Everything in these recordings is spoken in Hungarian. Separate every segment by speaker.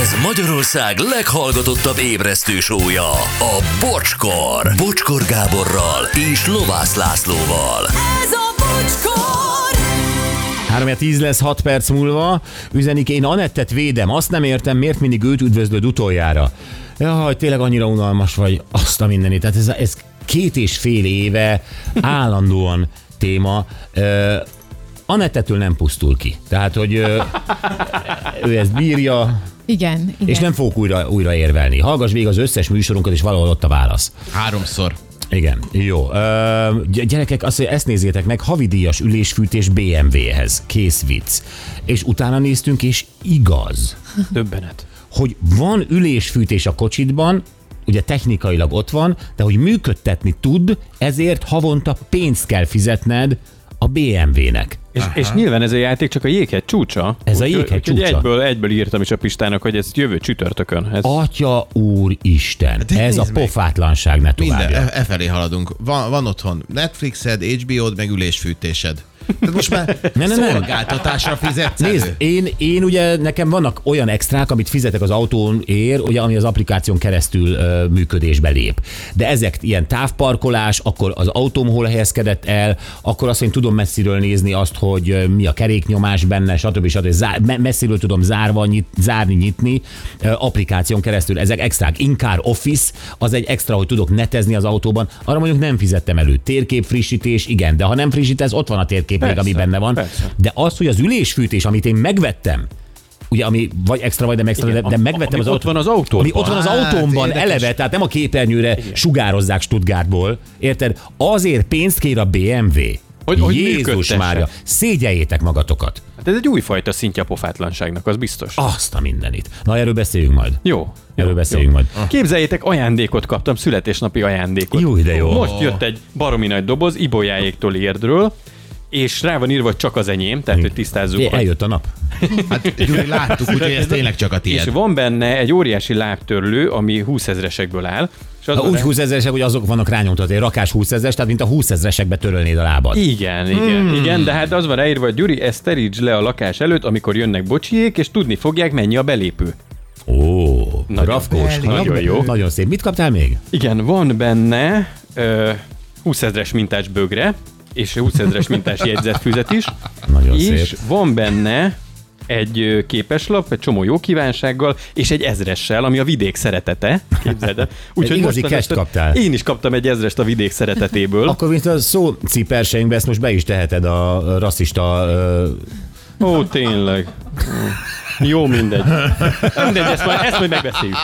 Speaker 1: Ez Magyarország leghallgatottabb ébresztő sója, a Bocskor. Bocskor Gáborral és Lovász Lászlóval.
Speaker 2: Ez a bocskor!
Speaker 3: 3 10 lesz 6 perc múlva. Üzenik, én Anettet védem, azt nem értem, miért mindig őt üdvözlöd utoljára. Jaj, tényleg annyira unalmas vagy, azt a mindenit. Tehát ez, ez két és fél éve állandóan téma. Ö, Anettetől nem pusztul ki. Tehát, hogy ö, ő ezt bírja,
Speaker 4: Igen, igen.
Speaker 3: és nem fogok újra, újra érvelni. Hallgass végig az összes műsorunkat, és valahol ott a válasz.
Speaker 5: Háromszor.
Speaker 3: Igen, jó. Ö, gy- gyerekek, azt, hogy ezt nézzétek meg, havidíjas ülésfűtés BMW-hez. Kész vicc. És utána néztünk, és igaz,
Speaker 6: Döbbenet.
Speaker 3: hogy van ülésfűtés a kocsitban, ugye technikailag ott van, de hogy működtetni tud, ezért havonta pénzt kell fizetned a BMW-nek.
Speaker 6: És, és nyilván ez a játék csak a jéghegy csúcsa.
Speaker 3: Ez a
Speaker 6: Úgyhogy-
Speaker 3: jéghegy
Speaker 6: úgyhogy
Speaker 3: csúcsa.
Speaker 6: Egyből, egyből írtam is a Pistának, hogy ez jövő csütörtökön. Ez
Speaker 3: Atya úristen,
Speaker 5: de
Speaker 3: ez a
Speaker 5: Hát nézd meg.
Speaker 3: pofátlanság ne tovább.
Speaker 5: Minden, e, e felé haladunk. Van, van otthon Netflixed, HBO-d, meg ülésfűtésed. Tehát most már
Speaker 3: Ne, ne, ne.
Speaker 5: Szóval, szolgáltatásra fizetsz
Speaker 3: Nézd,
Speaker 5: elő.
Speaker 3: én, én ugye nekem vannak olyan extrák, amit fizetek az autón ér, ugye, ami az applikáción keresztül ö, működésbe lép. De ezek ilyen távparkolás, akkor az autóm hol helyezkedett el, akkor azt, hogy én tudom messziről nézni azt, hogy ö, mi a keréknyomás benne, stb. stb. Zár, me- messziről tudom zárva, nyit, zárni, nyitni ö, applikáción keresztül. Ezek extrák. Inkár Office, az egy extra, hogy tudok netezni az autóban. Arra mondjuk nem fizettem elő. Térkép frissítés, igen, de ha nem frissítesz, ott van a térkép még,
Speaker 6: Persze,
Speaker 3: ami benne van.
Speaker 6: persze.
Speaker 3: De az, hogy az ülésfűtés, amit én megvettem, ugye, ami vagy extra, vagy nem extra, Igen, de, de
Speaker 6: am-
Speaker 3: megvettem
Speaker 6: ami
Speaker 3: az
Speaker 6: ott
Speaker 3: autó-
Speaker 6: van az autódban.
Speaker 3: Ami ott van az
Speaker 5: Hát,
Speaker 3: autómban
Speaker 5: érdekes.
Speaker 3: eleve, tehát nem a képernyőre Igen. sugározzák Stuttgartból. Érted? Azért pénzt kér a BMW.
Speaker 6: Hogy- hogy
Speaker 3: Jézus
Speaker 6: működtesse.
Speaker 3: Mária, szégyeljétek magatokat.
Speaker 6: Hát ez egy újfajta szintje a pofátlanságnak, az biztos.
Speaker 3: Azt a mindenit. Na, erről beszéljünk majd.
Speaker 6: Jó. jó,
Speaker 3: Erről beszéljünk
Speaker 6: jó.
Speaker 3: majd.
Speaker 6: Képzeljétek, ajándékot kaptam, születésnapi ajándékot.
Speaker 3: Jó, de jó.
Speaker 6: Most jött egy baromi nagy doboz, ibolyáéktól érdről, és rá van írva, hogy csak az enyém, tehát hogy tisztázzuk. hogy-
Speaker 3: Eljött a nap.
Speaker 5: Hát Gyuri, láttuk, úgyhogy ez tényleg csak a
Speaker 6: És
Speaker 5: tiéd.
Speaker 6: van benne egy óriási lábtörlő, ami 20 ezresekből áll. És az
Speaker 3: Ha
Speaker 6: a
Speaker 3: úgy
Speaker 6: rá-
Speaker 3: 20 ezeresek, hogy azok vannak rányomtatva, egy rakás 20 ezeres, tehát mint a 20 ezeresekbe törölnéd a lábad.
Speaker 6: Igen, igen, hmm. igen, de hát az van ráírva, hogy Gyuri, ezt terítsd le a lakás előtt, amikor jönnek bocsiék, és tudni fogják, mennyi a belépő.
Speaker 3: Ó,
Speaker 6: Nagyon-
Speaker 3: rafkós.
Speaker 6: nagyon
Speaker 3: Nagyon
Speaker 6: jó.
Speaker 3: Nagyon szép. Mit kaptál még?
Speaker 6: Igen, van benne ö, 20 ezres mintás bögre, és 20 ezres mintás jegyzetfüzet is,
Speaker 3: Nagyon
Speaker 6: és
Speaker 3: szép.
Speaker 6: van benne egy ö, képeslap, egy csomó jó kívánsággal, és egy ezressel, ami a vidék szeretete. Képzeld el. Úgyhogy
Speaker 3: igazi
Speaker 6: mostanában
Speaker 3: kest
Speaker 6: ezt-
Speaker 3: kaptál.
Speaker 6: Én is kaptam egy ezrest a vidék szeretetéből.
Speaker 3: Akkor mint a szó ciperseinkbe, ezt most be is teheted a rasszista... ö,
Speaker 6: Ó, tényleg. Jó, mindegy. Mindegy, ezt majd, ezt majd megbeszéljük.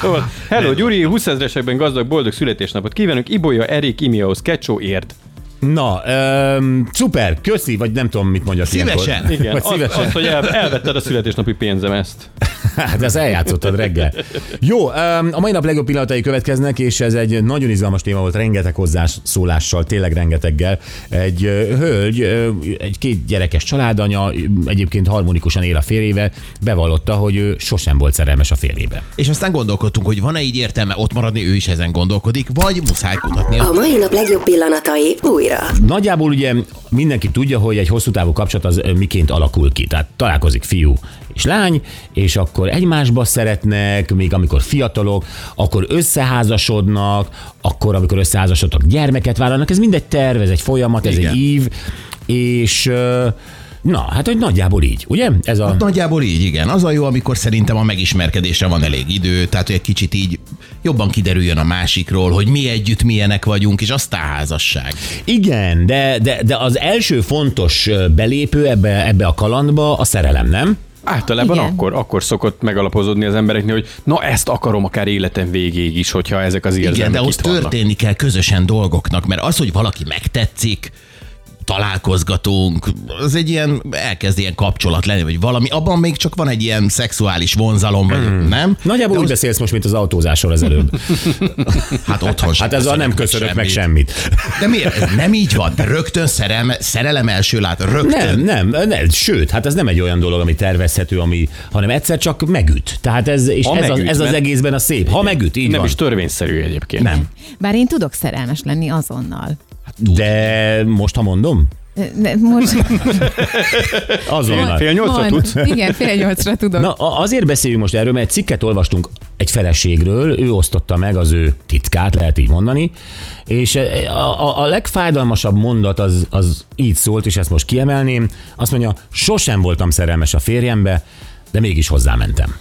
Speaker 6: Szóval, hello Gyuri, 20 ezresekben gazdag, boldog születésnapot kívánunk. Ibolya, Erik, Imiahoz, Kecsó, Érd.
Speaker 3: Na, öm, szuper, köszi, vagy nem tudom, mit mondjak
Speaker 5: Szívesen.
Speaker 3: ilyenkor.
Speaker 6: Igen,
Speaker 3: Vagy
Speaker 6: az,
Speaker 3: szívesen.
Speaker 6: az, hogy el, elvetted a születésnapi pénzem ezt.
Speaker 3: Hát ezt eljátszottad reggel. Jó, öm, a mai nap legjobb pillanatai következnek, és ez egy nagyon izgalmas téma volt, rengeteg hozzászólással, tényleg rengeteggel. Egy ö, hölgy, ö, egy két gyerekes családanya, egyébként harmonikusan él a férjével, bevallotta, hogy ő sosem volt szerelmes a férjébe.
Speaker 5: És aztán gondolkodtunk, hogy van-e így értelme ott maradni, ő is ezen gondolkodik, vagy muszáj kutatni.
Speaker 7: A mai nap legjobb pillanatai újra.
Speaker 3: Nagyjából ugye mindenki tudja, hogy egy hosszú távú kapcsolat az ö, miként alakul ki. Tehát találkozik fiú és lány, és akkor egymásba szeretnek, még amikor fiatalok, akkor összeházasodnak, akkor amikor összeházasodtak, gyermeket vállalnak. Ez mind egy terv, ez egy folyamat, ez
Speaker 5: Igen.
Speaker 3: egy ív, és ö, na, hát hogy nagyjából így, ugye? Ez Hát a...
Speaker 5: Nagyjából így, igen. Az a jó, amikor szerintem a megismerkedésre van elég idő, tehát hogy egy kicsit így jobban kiderüljön a másikról, hogy mi együtt milyenek vagyunk, és aztán házasság.
Speaker 3: Igen, de, de, de az első fontos ö, belépő ebbe, ebbe a kalandba a szerelem, nem?
Speaker 6: Általában
Speaker 4: Igen.
Speaker 6: akkor, akkor szokott megalapozódni az embereknél, hogy na ezt akarom akár életem végéig is, hogyha ezek az érzelmek
Speaker 5: Igen, de
Speaker 6: itt
Speaker 5: ahhoz
Speaker 6: vannak.
Speaker 5: történni kell közösen dolgoknak, mert az, hogy valaki megtetszik, találkozgatunk, az egy ilyen, elkezd ilyen kapcsolat lenni, vagy valami, abban még csak van egy ilyen szexuális vonzalom, vagy nem?
Speaker 3: Hmm. Nagyjából úgy beszélsz most, mint az autózásról az előbb.
Speaker 5: Hát otthon sem
Speaker 3: Hát ezzel nem köszönök meg semmit.
Speaker 5: De miért? Ez nem így van. De rögtön szerelem, szerelem első lát, rögtön.
Speaker 3: Nem, nem, nem, sőt, hát ez nem egy olyan dolog, ami tervezhető, ami, hanem egyszer csak megüt. Tehát ez, és
Speaker 6: Ha
Speaker 3: ez,
Speaker 6: megüt,
Speaker 3: az, ez az
Speaker 6: mert-
Speaker 3: egészben a szép. Ha megüt, így
Speaker 6: Nem
Speaker 3: van.
Speaker 6: is törvényszerű egyébként.
Speaker 5: Nem.
Speaker 4: Bár én tudok szerelmes lenni azonnal.
Speaker 3: De most, ha mondom?
Speaker 4: Ne, most,
Speaker 3: Azonnal.
Speaker 6: Fél nyolcra
Speaker 4: mond-
Speaker 6: tudsz?
Speaker 4: Igen, fél nyolcra tudok.
Speaker 3: Na, a- azért beszéljünk most erről, mert egy cikket olvastunk egy feleségről, ő osztotta meg az ő titkát, lehet így mondani, és e- a, a, a legfájdalmasabb mondat az, az így szólt, és ezt most kiemelném, azt mondja, sosem voltam szerelmes a férjembe, de mégis hozzámentem.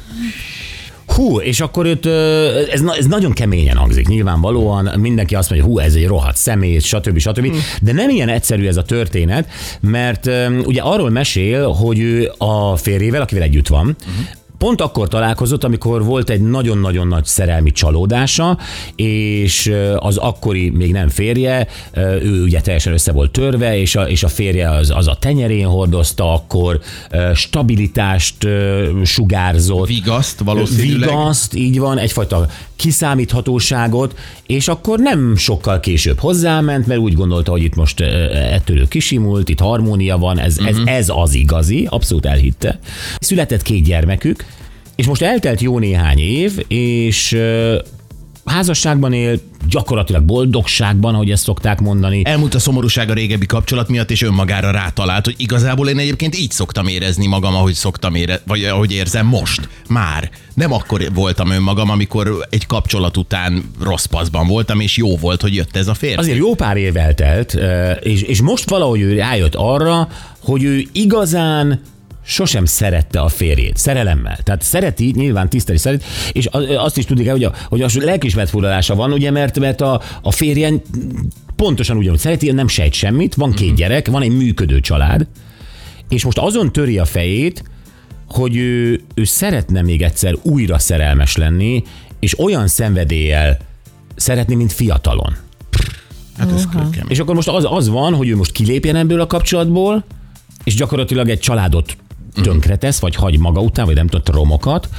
Speaker 3: Hú, és akkor őt, ö, ez, na- ez nagyon keményen hangzik, nyilvánvalóan mindenki azt mondja, hú, ez egy rohadt szemét, stb. stb. De nem ilyen egyszerű ez a történet, mert ö, ugye arról mesél, hogy ő a férjével, akivel együtt van, Pont akkor találkozott, amikor volt egy nagyon-nagyon nagy szerelmi csalódása, és ö, az akkori még nem férje, ö, ő ugye teljesen össze volt törve, és a, és a férje az, az a tenyerén hordozta akkor, ö, stabilitást ö, sugárzott
Speaker 5: Vigaszt valószínűleg.
Speaker 3: vigaszt, így van, egyfajta kiszámíthatóságot, és akkor nem sokkal később hozzáment, mert úgy gondolta, hogy itt most ö, ettől ő kisimult, itt harmónia van, ez, ez, ez az igazi, abszolút elhitte. Született két gyermekük, és most eltelt jó néhány év, és ö, házasságban él, gyakorlatilag boldogságban, ahogy ezt szokták mondani.
Speaker 5: Elmúlt a szomorúság a régebbi kapcsolat miatt, és önmagára rátalált, hogy igazából én egyébként így szoktam érezni magam, ahogy szoktam ére, vagy ahogy érzem most, már. Nem akkor voltam önmagam, amikor egy kapcsolat után rossz paszban voltam, és jó volt, hogy jött ez a férfi.
Speaker 3: Azért jó pár év eltelt, ö, és, és most valahogy ő rájött arra, hogy ő igazán sosem szerette a férjét, szerelemmel. Tehát szereti, nyilván tiszteli szeret, és a- azt is tudni kell, hogy a, hogy a lelkismert furadása van, ugye, mert, mert a, a férjen pontosan ugyanúgy szereti, nem sejt semmit, van két gyerek, van egy működő család, és most azon töri a fejét, hogy ő, ő szeretne még egyszer újra szerelmes lenni, és olyan szenvedéllyel szeretni, mint fiatalon.
Speaker 5: Hát ez kőkemény.
Speaker 3: És akkor most az, az van, hogy ő most kilépjen ebből a kapcsolatból, és gyakorlatilag egy családot tönkretesz, vagy hagy maga után, vagy nem tudom, romokat,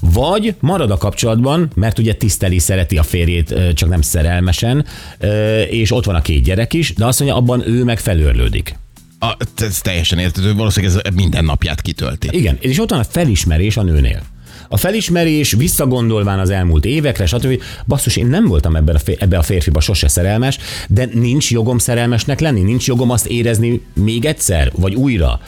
Speaker 3: vagy marad a kapcsolatban, mert ugye tiszteli, szereti a férjét, ö, csak nem szerelmesen, ö, és ott van a két gyerek is, de azt mondja, abban ő meg felőrlődik.
Speaker 5: A, ez teljesen értető, valószínűleg ez minden napját kitölti.
Speaker 3: Igen, és ott van a felismerés a nőnél. A felismerés visszagondolván az elmúlt évekre, stb. Basszus, én nem voltam ebben a, fér- ebbe a férfiba sose szerelmes, de nincs jogom szerelmesnek lenni, nincs jogom azt érezni még egyszer, vagy újra.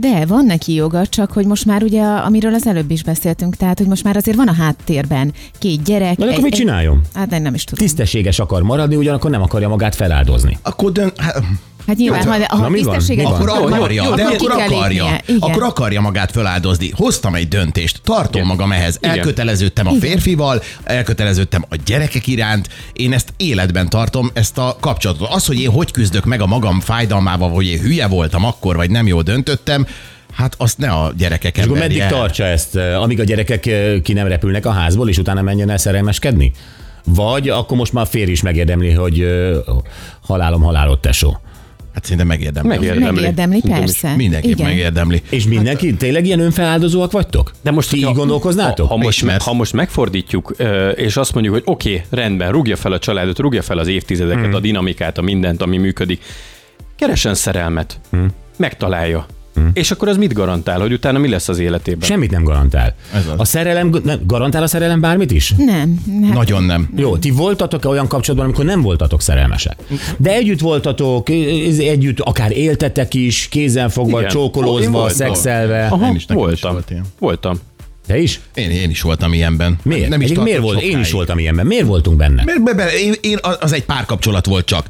Speaker 4: De van neki joga, csak hogy most már ugye, amiről az előbb is beszéltünk, tehát hogy most már azért van a háttérben két gyerek.
Speaker 3: Na, de
Speaker 4: egy-
Speaker 3: akkor mit
Speaker 4: egy-
Speaker 3: csináljon?
Speaker 4: Hát én nem is tudom.
Speaker 3: Tisztességes akar maradni, ugyanakkor nem akarja magát feláldozni.
Speaker 5: Akkor dön... Hát,
Speaker 4: Hát nyilván,
Speaker 5: Jó,
Speaker 4: ha, ha
Speaker 3: na mi van?
Speaker 4: tisztességet
Speaker 3: Mi van?
Speaker 5: akkor
Speaker 4: akarnak,
Speaker 5: akarja, de
Speaker 4: ki
Speaker 5: akkor
Speaker 4: kell
Speaker 5: akarja.
Speaker 4: lépnie. Igen.
Speaker 5: Akkor akarja magát föláldozni. Hoztam egy döntést, tartom
Speaker 6: Igen.
Speaker 5: magam ehhez.
Speaker 6: Igen.
Speaker 5: Elköteleződtem a férfival, elköteleződtem a gyerekek iránt. Én ezt életben tartom, ezt a kapcsolatot. Az, hogy én hogy küzdök meg a magam fájdalmával, hogy én hülye voltam akkor, vagy nem jól döntöttem, hát azt ne a gyerekek
Speaker 3: És akkor meddig
Speaker 5: emberje.
Speaker 3: tartsa ezt, eh, amíg a gyerekek eh, ki nem repülnek a házból, és utána menjen el szerelmeskedni? Vagy akkor most már a férj is megérdemli, hogy eh, halálom halálod tesó.
Speaker 5: Hát szerintem megérdemli.
Speaker 6: Megérdemli.
Speaker 4: Megérdemli, persze.
Speaker 5: Mindenképp
Speaker 4: Igen.
Speaker 5: megérdemli.
Speaker 3: És mindenki, tényleg ilyen önfeláldozóak vagytok?
Speaker 6: De most,
Speaker 3: ti így
Speaker 6: hogyha-
Speaker 5: Hát
Speaker 3: gondolkoznátok?
Speaker 6: Ha, ha, most,
Speaker 5: Ismersz.
Speaker 6: ha most megfordítjuk, ö, és azt mondjuk, hogy oké, okay, rendben, rúgja fel a családot, rúgja fel az
Speaker 5: Hmm.
Speaker 6: évtizedeket, a dinamikát, a mindent, ami működik. Keresen szerelmet.
Speaker 5: Hmm.
Speaker 6: Megtalálja. És akkor az mit garantál, hogy utána mi lesz az életében?
Speaker 3: Semmit nem garantál.
Speaker 5: Ez az.
Speaker 3: A szerelem, nem, garantál a szerelem bármit is?
Speaker 4: Nem. Hát,
Speaker 5: Nagyon nem.
Speaker 3: Jó, ti voltatok olyan kapcsolatban, amikor nem voltatok szerelmesek. De együtt voltatok, ez- együtt akár éltetek is, kézenfogva,
Speaker 6: Igen. Ah. Én
Speaker 3: csókolózva,
Speaker 6: voltam.
Speaker 3: szexelve.
Speaker 6: Aha,
Speaker 5: Nem is, nekem is
Speaker 6: voltam.
Speaker 5: volt ilyen.
Speaker 6: voltam.
Speaker 3: Te is?
Speaker 5: Én, én is voltam ilyenben.
Speaker 3: Miért?
Speaker 5: Nem is
Speaker 3: Egyébként miért
Speaker 5: tartott
Speaker 3: volt? Én is
Speaker 5: sokáig.
Speaker 3: voltam ilyenben. Miért voltunk benne?
Speaker 5: Mert be, be, én, én, az egy párkapcsolat volt csak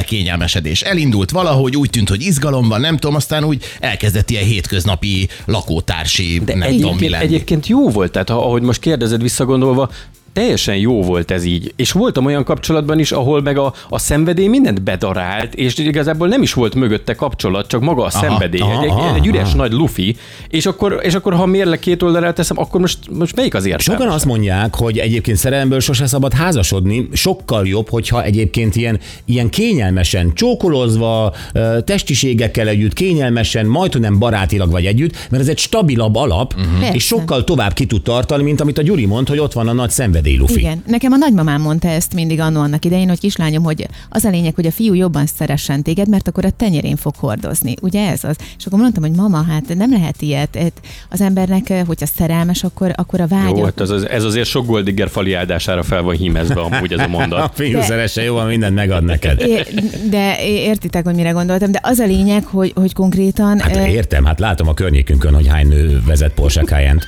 Speaker 5: belekényelmesedés. Elindult valahogy, úgy tűnt, hogy izgalom van, nem tudom, aztán úgy elkezdett ilyen hétköznapi lakótársi, De nem tudom mi
Speaker 6: egyébként,
Speaker 5: lenni.
Speaker 6: egyébként jó volt, tehát ha- ahogy most kérdezed visszagondolva, teljesen jó volt ez így. És voltam olyan kapcsolatban is, ahol meg a, a szenvedély mindent bedarált, és igazából nem is volt mögötte kapcsolat, csak maga a szenvedély.
Speaker 3: aha,
Speaker 6: egy,
Speaker 3: aha,
Speaker 6: egy, egy üres
Speaker 3: aha.
Speaker 6: nagy lufi, és akkor, és akkor ha mérleg két oldalra teszem, akkor most, most melyik az értelme?
Speaker 3: Sokan azt mondják, hogy egyébként szerelemből sose szabad házasodni, sokkal jobb, hogyha egyébként ilyen, ilyen kényelmesen, csókolozva, ö, testiségekkel együtt, kényelmesen, majd hogy nem barátilag vagy együtt, mert ez egy stabilabb alap, uh-huh.
Speaker 4: Mhm. Persze.
Speaker 3: és sokkal tovább ki tud tartani, mint amit a Gyuri mond, hogy ott van a nagy erdélyi lufi.
Speaker 4: Igen. Nekem a nagymamám mondta ezt mindig annó annak idején, hogy kislányom, hogy az a lényeg, hogy a fiú jobban szeressen téged, mert akkor a tenyerén fog hordozni. Ugye ez az? És akkor mondtam, hogy mama, hát nem lehet ilyet. Hát Az embernek, eh, hogyha szerelmes, akkor, akkor a vágya...
Speaker 6: Jó, hát ez, az- ez azért sok Goldigger fali áldására fel van hímezve amúgy ez a
Speaker 3: A
Speaker 6: mondat.
Speaker 3: fiú szeresse jobban mindent megad neked.
Speaker 4: É, de é- értitek, hogy mire gondoltam, de az a lényeg, hogy, hogy konkrétan...
Speaker 3: Hát
Speaker 4: eh,
Speaker 3: értem, hát látom a környékünkön, hogy hány nő vezet Porsche cayenne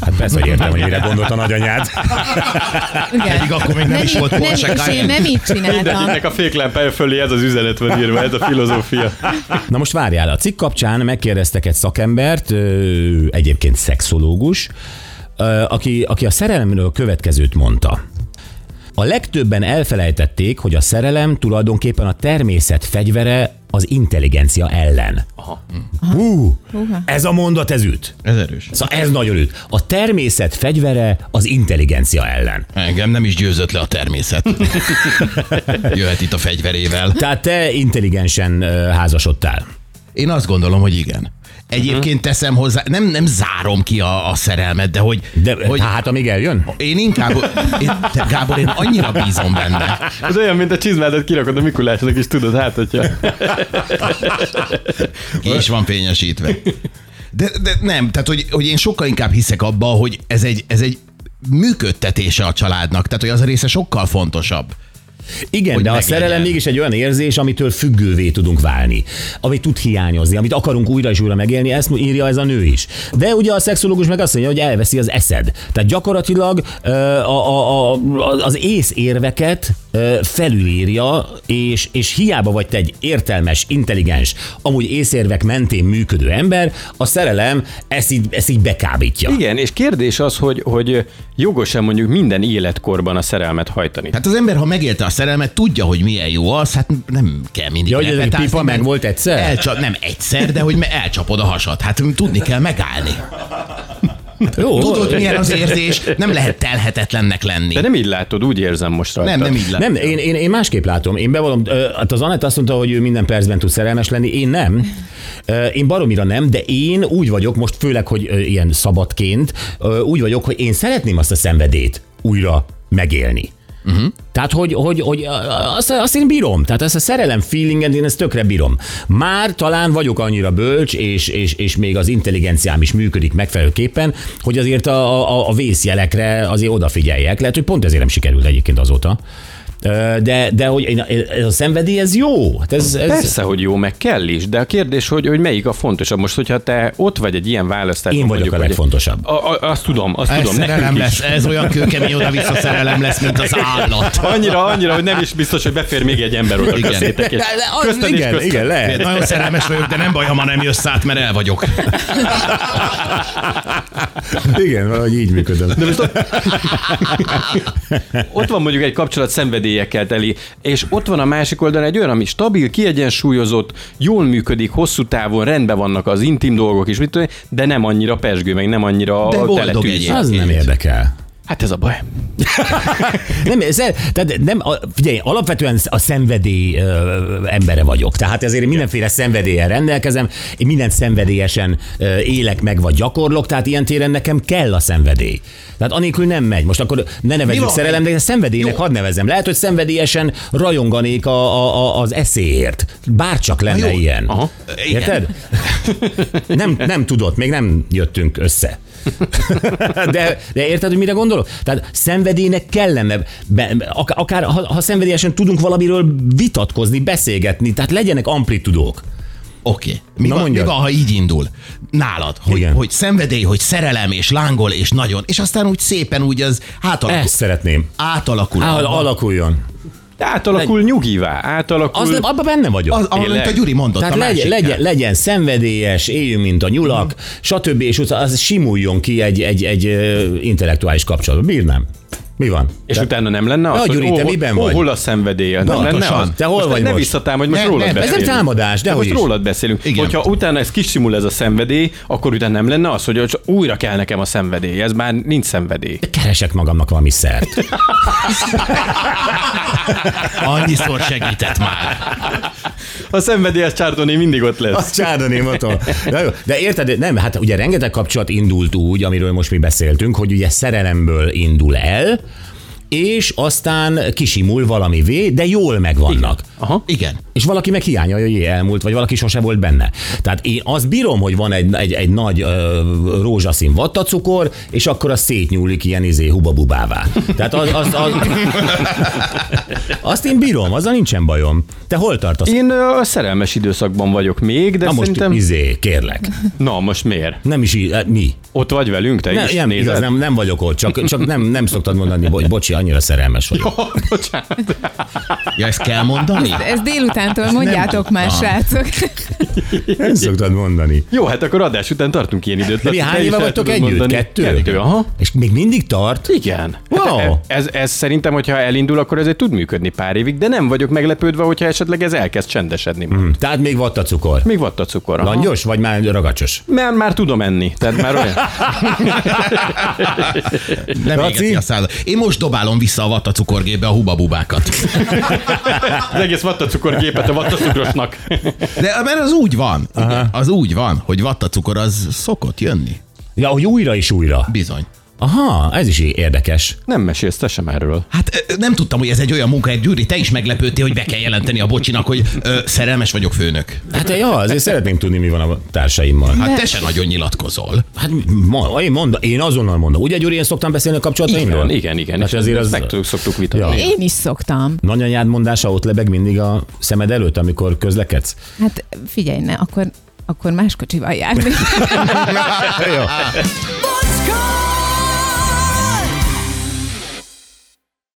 Speaker 3: Hát persze, hogy értem, hogy mire gondolt a nagyanyád.
Speaker 4: igen.
Speaker 5: hát Pedig akkor még nem is volt
Speaker 4: nem, és
Speaker 5: Porsche
Speaker 4: én
Speaker 5: Cayenne.
Speaker 4: nem így csináltam.
Speaker 6: Mindegyiknek a féklámpája fölé ez az üzenet van írva, ez a filozófia.
Speaker 3: Na most várjál, a cikk kapcsán megkérdeztek egy szakembert, ö, egyébként szexológus, ö, aki, aki a szerelemről következőt mondta. A legtöbben elfelejtették, hogy a szerelem tulajdonképpen a természet fegyvere az intelligencia ellen. Aha. Hú,
Speaker 4: Húha.
Speaker 3: ez a mondat ez üt.
Speaker 5: Ez erős.
Speaker 3: Szóval ez nagyon üt. A természet fegyvere az intelligencia ellen.
Speaker 5: Engem nem is győzött le a természet. Jöhet itt a fegyverével.
Speaker 3: Tehát te intelligensen ö, házasodtál.
Speaker 5: Én azt gondolom, hogy igen. Egyébként teszem hozzá, nem, nem zárom ki a, a szerelmet, de hogy...
Speaker 3: De
Speaker 5: hogy
Speaker 3: hogy... hát, amíg eljön?
Speaker 5: én inkább, én, te, Gábor, én annyira bízom benne.
Speaker 6: Ez olyan, mint a csizmádat kirakod a Mikulásnak is, tudod, hát hogyha...
Speaker 5: És van fényesítve. De, de nem, tehát hogy, hogy én sokkal inkább hiszek abba, hogy ez egy, ez egy működtetése a családnak, tehát hogy az a része sokkal fontosabb.
Speaker 3: Igen,
Speaker 5: hogy
Speaker 3: de a
Speaker 5: meglegyen.
Speaker 3: szerelem mégis egy olyan érzés, amitől függővé tudunk válni, ami tud hiányozni, amit akarunk újra és újra megélni, ezt írja ez a nő is. De ugye a szexológus meg azt mondja, hogy elveszi az eszed. Tehát gyakorlatilag ö, a, a, a, az ész érveket ö, felülírja, és, és hiába vagy te egy értelmes, intelligens, amúgy észérvek mentén működő ember, a szerelem ezt így, ezt így bekábítja.
Speaker 6: Igen, és kérdés az, hogy, hogy jogosan mondjuk minden életkorban a szerelmet hajtani.
Speaker 5: Hát az ember, ha megélte a szerelmet, tudja, hogy milyen jó az, hát nem kell mindig
Speaker 3: Ja, hogy ez egy
Speaker 5: repetázni,
Speaker 3: pipa meg volt egyszer?
Speaker 5: Elcsa- nem egyszer, de hogy me- elcsapod a hasad. Hát tudni kell megállni.
Speaker 3: Jó,
Speaker 5: Tudod, milyen az érzés, nem lehet telhetetlennek lenni.
Speaker 6: De nem így látod, úgy érzem most rajta.
Speaker 5: nem, nem így lehet.
Speaker 3: Nem, én, én, én másképp látom. Én bevallom, ö, hát az Anett azt mondta, hogy ő minden percben tud szerelmes lenni, én nem. Ö, Én baromira nem, de én úgy vagyok, most főleg, hogy ö, ilyen szabadként, ö, úgy vagyok, hogy én szeretném azt a szenvedét újra megélni. Uh-huh. Tehát, hogy, hogy, hogy ö, azt, azt én bírom, tehát ezt a szerelem feelinget én ezt tökre bírom. Már talán vagyok annyira bölcs, és, és, és még az intelligenciám is működik megfelelőképpen, hogy azért a, a, a vészjelekre azért odafigyeljek. Lehet, hogy pont ezért nem sikerült egyébként azóta. Ö, De, de hogy én- ez a szenvedély, ez jó. Hát Ez, ez,
Speaker 6: Persze, hogy jó, meg kell is, de a kérdés, hogy, hogy melyik a fontosabb. Most, hogyha te ott vagy egy ilyen választásban.
Speaker 3: Én vagyok a
Speaker 6: hogy-
Speaker 3: legfontosabb.
Speaker 6: A, a, azt tudom, azt
Speaker 5: Ez
Speaker 6: tudom.
Speaker 5: szerelem
Speaker 6: nekünk
Speaker 5: lesz,
Speaker 6: is.
Speaker 5: ez olyan kőkemény oda-vissza szerelem lesz, mint az állat.
Speaker 6: Annyira, annyira, hogy nem is biztos, hogy befér még egy ember oda
Speaker 5: Igen.
Speaker 6: közétek. És
Speaker 3: De az-
Speaker 6: közted és
Speaker 3: igen,
Speaker 6: közted.
Speaker 3: igen, lehet.
Speaker 5: Nagyon szerelmes vagyok, de nem baj, ha ma nem jössz át, mert el vagyok.
Speaker 3: Igen, valahogy így működöm.
Speaker 6: De most ott, ott van mondjuk egy kapcsolat szenvedélyekkel teli, és ott van a másik oldalon egy olyan, ami stabil, kiegyensúlyozott, jól működik, hosszú távon rendben vannak az intim dolgok is, mit tudom, én, de nem annyira pesgő, meg nem annyira
Speaker 5: De boldog
Speaker 6: teletűz.
Speaker 5: egyéb.
Speaker 3: Az nem érdekel.
Speaker 6: Hát ez a baj.
Speaker 3: Nem, ez, tehát nem, a- figyelj, alapvetően a szenvedély ö, embere vagyok. Tehát ezért én mindenféle szenvedéllyel rendelkezem, én mindent szenvedélyesen ö, élek meg, vagy gyakorlok, tehát ilyen téren nekem kell a szenvedély. Tehát anélkül nem megy. Most akkor ne nevezzük
Speaker 5: van?
Speaker 3: szerelem, de szenvedélynek
Speaker 5: Jó.
Speaker 3: hadd nevezem. Lehet, hogy szenvedélyesen rajonganék a, a, a, az eszéért. Bárcsak lenne
Speaker 5: jó.
Speaker 3: ilyen.
Speaker 6: Aha.
Speaker 5: Igen.
Speaker 3: Érted? Nem, nem tudod, még nem jöttünk össze. De, de érted, hogy mire gondolok? Tehát szenvedélynek kellene, be, ak- akár ha, ha szenvedélyesen tudunk valamiről vitatkozni, beszélgetni, tehát legyenek amplitudók.
Speaker 5: Oké. Okay. Mi,
Speaker 3: Na
Speaker 5: van- mi
Speaker 3: mondjad.
Speaker 5: van, ha így indul? Nálad, hogy,
Speaker 3: Igen.
Speaker 5: hogy szenvedély, hogy szerelem, és lángol, és nagyon, és aztán úgy szépen úgy az átalakul.
Speaker 3: Ezt szeretném.
Speaker 5: átalakul.
Speaker 3: Á, alakuljon.
Speaker 6: De átalakul nyugivá, átalakul...
Speaker 3: Az nem, abban benne vagyok.
Speaker 5: az, amint
Speaker 6: Tényleg.
Speaker 5: a Gyuri mondott
Speaker 3: Tehát
Speaker 5: a
Speaker 3: legyen,
Speaker 5: másikkel.
Speaker 3: legyen, legyen szenvedélyes, éljünk, mint a nyulak,
Speaker 6: Mhm.
Speaker 3: stb. és utána az simuljon ki egy, egy, egy ö, intellektuális kapcsolatban. Bírnám. Mi van?
Speaker 6: És utána nem lenne az,
Speaker 3: Ja, Gyuri, te
Speaker 6: hol-
Speaker 3: miben
Speaker 6: hol-
Speaker 3: vagy?
Speaker 6: hol a szenvedélye? Nem
Speaker 3: Pontosan.
Speaker 6: lenne az?
Speaker 3: Te hol vagy
Speaker 6: ne
Speaker 3: most?
Speaker 6: visszatám, hogy most
Speaker 5: Ne-
Speaker 6: rólad
Speaker 5: ne- ez nem
Speaker 6: beszélünk.
Speaker 3: támadás,
Speaker 6: de
Speaker 3: dehogy
Speaker 6: most
Speaker 3: is.
Speaker 6: rólad beszélünk.
Speaker 5: Igen.
Speaker 6: Igen. Hogyha utána ez kisimul ez a szenvedély, akkor utána nem lenne az, hogy hogy újra kell nekem a szenvedély. Ez már nincs szenvedély.
Speaker 3: Keresek magamnak valami szert.
Speaker 5: Annyiszor segített már.
Speaker 6: A szenvedélyes csártoné mindig ott lesz.
Speaker 3: Azt Chardonnay motor. Na jó, de érted, nem, hát ugye rengeteg kapcsolat indult úgy, amiről most mi beszéltünk, hogy ugye szerelemből indul el, és aztán kisimul valamivé, de jól megvannak.
Speaker 6: Aha.
Speaker 5: Igen.
Speaker 3: És valaki meg hiányolja, hogy jé, elmúlt, vagy valaki sose volt benne. Tehát én azt bírom, hogy van egy, egy, egy nagy ö, rózsaszín vattacukor, és akkor az szétnyúlik ilyen izé hubabubává. Tehát az, az, az, azt én bírom, azzal nincsen bajom. Te hol tartasz?
Speaker 6: Én ö, a szerelmes időszakban vagyok még, de
Speaker 3: Na most
Speaker 6: szerintem...
Speaker 3: izé, kérlek.
Speaker 6: Na, most miért?
Speaker 3: Nem is í- eh, mi?
Speaker 6: Ott vagy velünk, te
Speaker 3: Nem,
Speaker 6: is
Speaker 3: nem,
Speaker 6: nézed?
Speaker 3: igaz, nem, nem vagyok ott, csak, csak nem, nem szoktad mondani, hogy bocsi, annyira szerelmes vagyok.
Speaker 6: Bocsánat.
Speaker 5: Ja, ezt kell mondani?
Speaker 4: Ezt délutántól mondjátok már,
Speaker 5: tudtam.
Speaker 4: srácok.
Speaker 3: Nem szoktad mondani.
Speaker 6: Jó, hát akkor adás után tartunk ilyen időt.
Speaker 3: De mi
Speaker 6: Laci, te
Speaker 3: hány
Speaker 6: is
Speaker 3: éve
Speaker 6: el
Speaker 3: vagytok
Speaker 6: tudod
Speaker 3: együtt?
Speaker 6: mondani.
Speaker 3: Kettő?
Speaker 6: Kettő, aha.
Speaker 3: És még mindig tart?
Speaker 6: Igen.
Speaker 3: Wow.
Speaker 6: Hát e- ez, ez szerintem, hogyha elindul, akkor ez egy tud működni pár évig, de nem vagyok meglepődve, hogyha esetleg ez elkezd csendesedni. Mm.
Speaker 3: Hm. Tehát még vattacukor.
Speaker 6: Még vatta cukor. aha.
Speaker 3: Langyos, vagy már ragacsos?
Speaker 6: Mert már tudom enni. Tehát már olyan.
Speaker 5: Nem
Speaker 3: Laci?
Speaker 5: égeti a szádat. Én most dobálom vissza a vattacukorgébe a hubabubákat.
Speaker 6: Az egész vattacukorgépet a vattacukrosnak.
Speaker 5: De mert az úgy van. Igen, az úgy van, hogy vattacukor az szokott jönni.
Speaker 3: Ja, hogy újra és újra.
Speaker 5: Bizony.
Speaker 3: Aha, ez is érdekes.
Speaker 6: Nem mesélsz te sem erről.
Speaker 5: Hát ö, nem tudtam, hogy ez egy olyan munka, Gyuri, te is meglepődtél, hogy be kell jelenteni a bocsinak, hogy ö, szerelmes vagyok főnök.
Speaker 3: Hát ja, azért szeretném tudni, mi van a társaimmal.
Speaker 5: Hát te se nagyon nyilatkozol.
Speaker 3: Hát ma, én, mondom, én azonnal mondom. Ugye, Gyuri, én szoktam beszélni a kapcsolataimról?
Speaker 6: Igen, igen, igen.
Speaker 3: Hát
Speaker 6: És
Speaker 3: azért
Speaker 6: ezt
Speaker 3: az...
Speaker 6: Meg tudjuk, szoktuk vitatni.
Speaker 3: Ja.
Speaker 4: Én is szoktam.
Speaker 3: Nagyanyád mondása ott lebeg mindig a szemed előtt, amikor közlekedsz?
Speaker 4: Hát figyelj, ne, akkor, akkor más kocsival járni.
Speaker 3: Jó.
Speaker 2: Bocskor!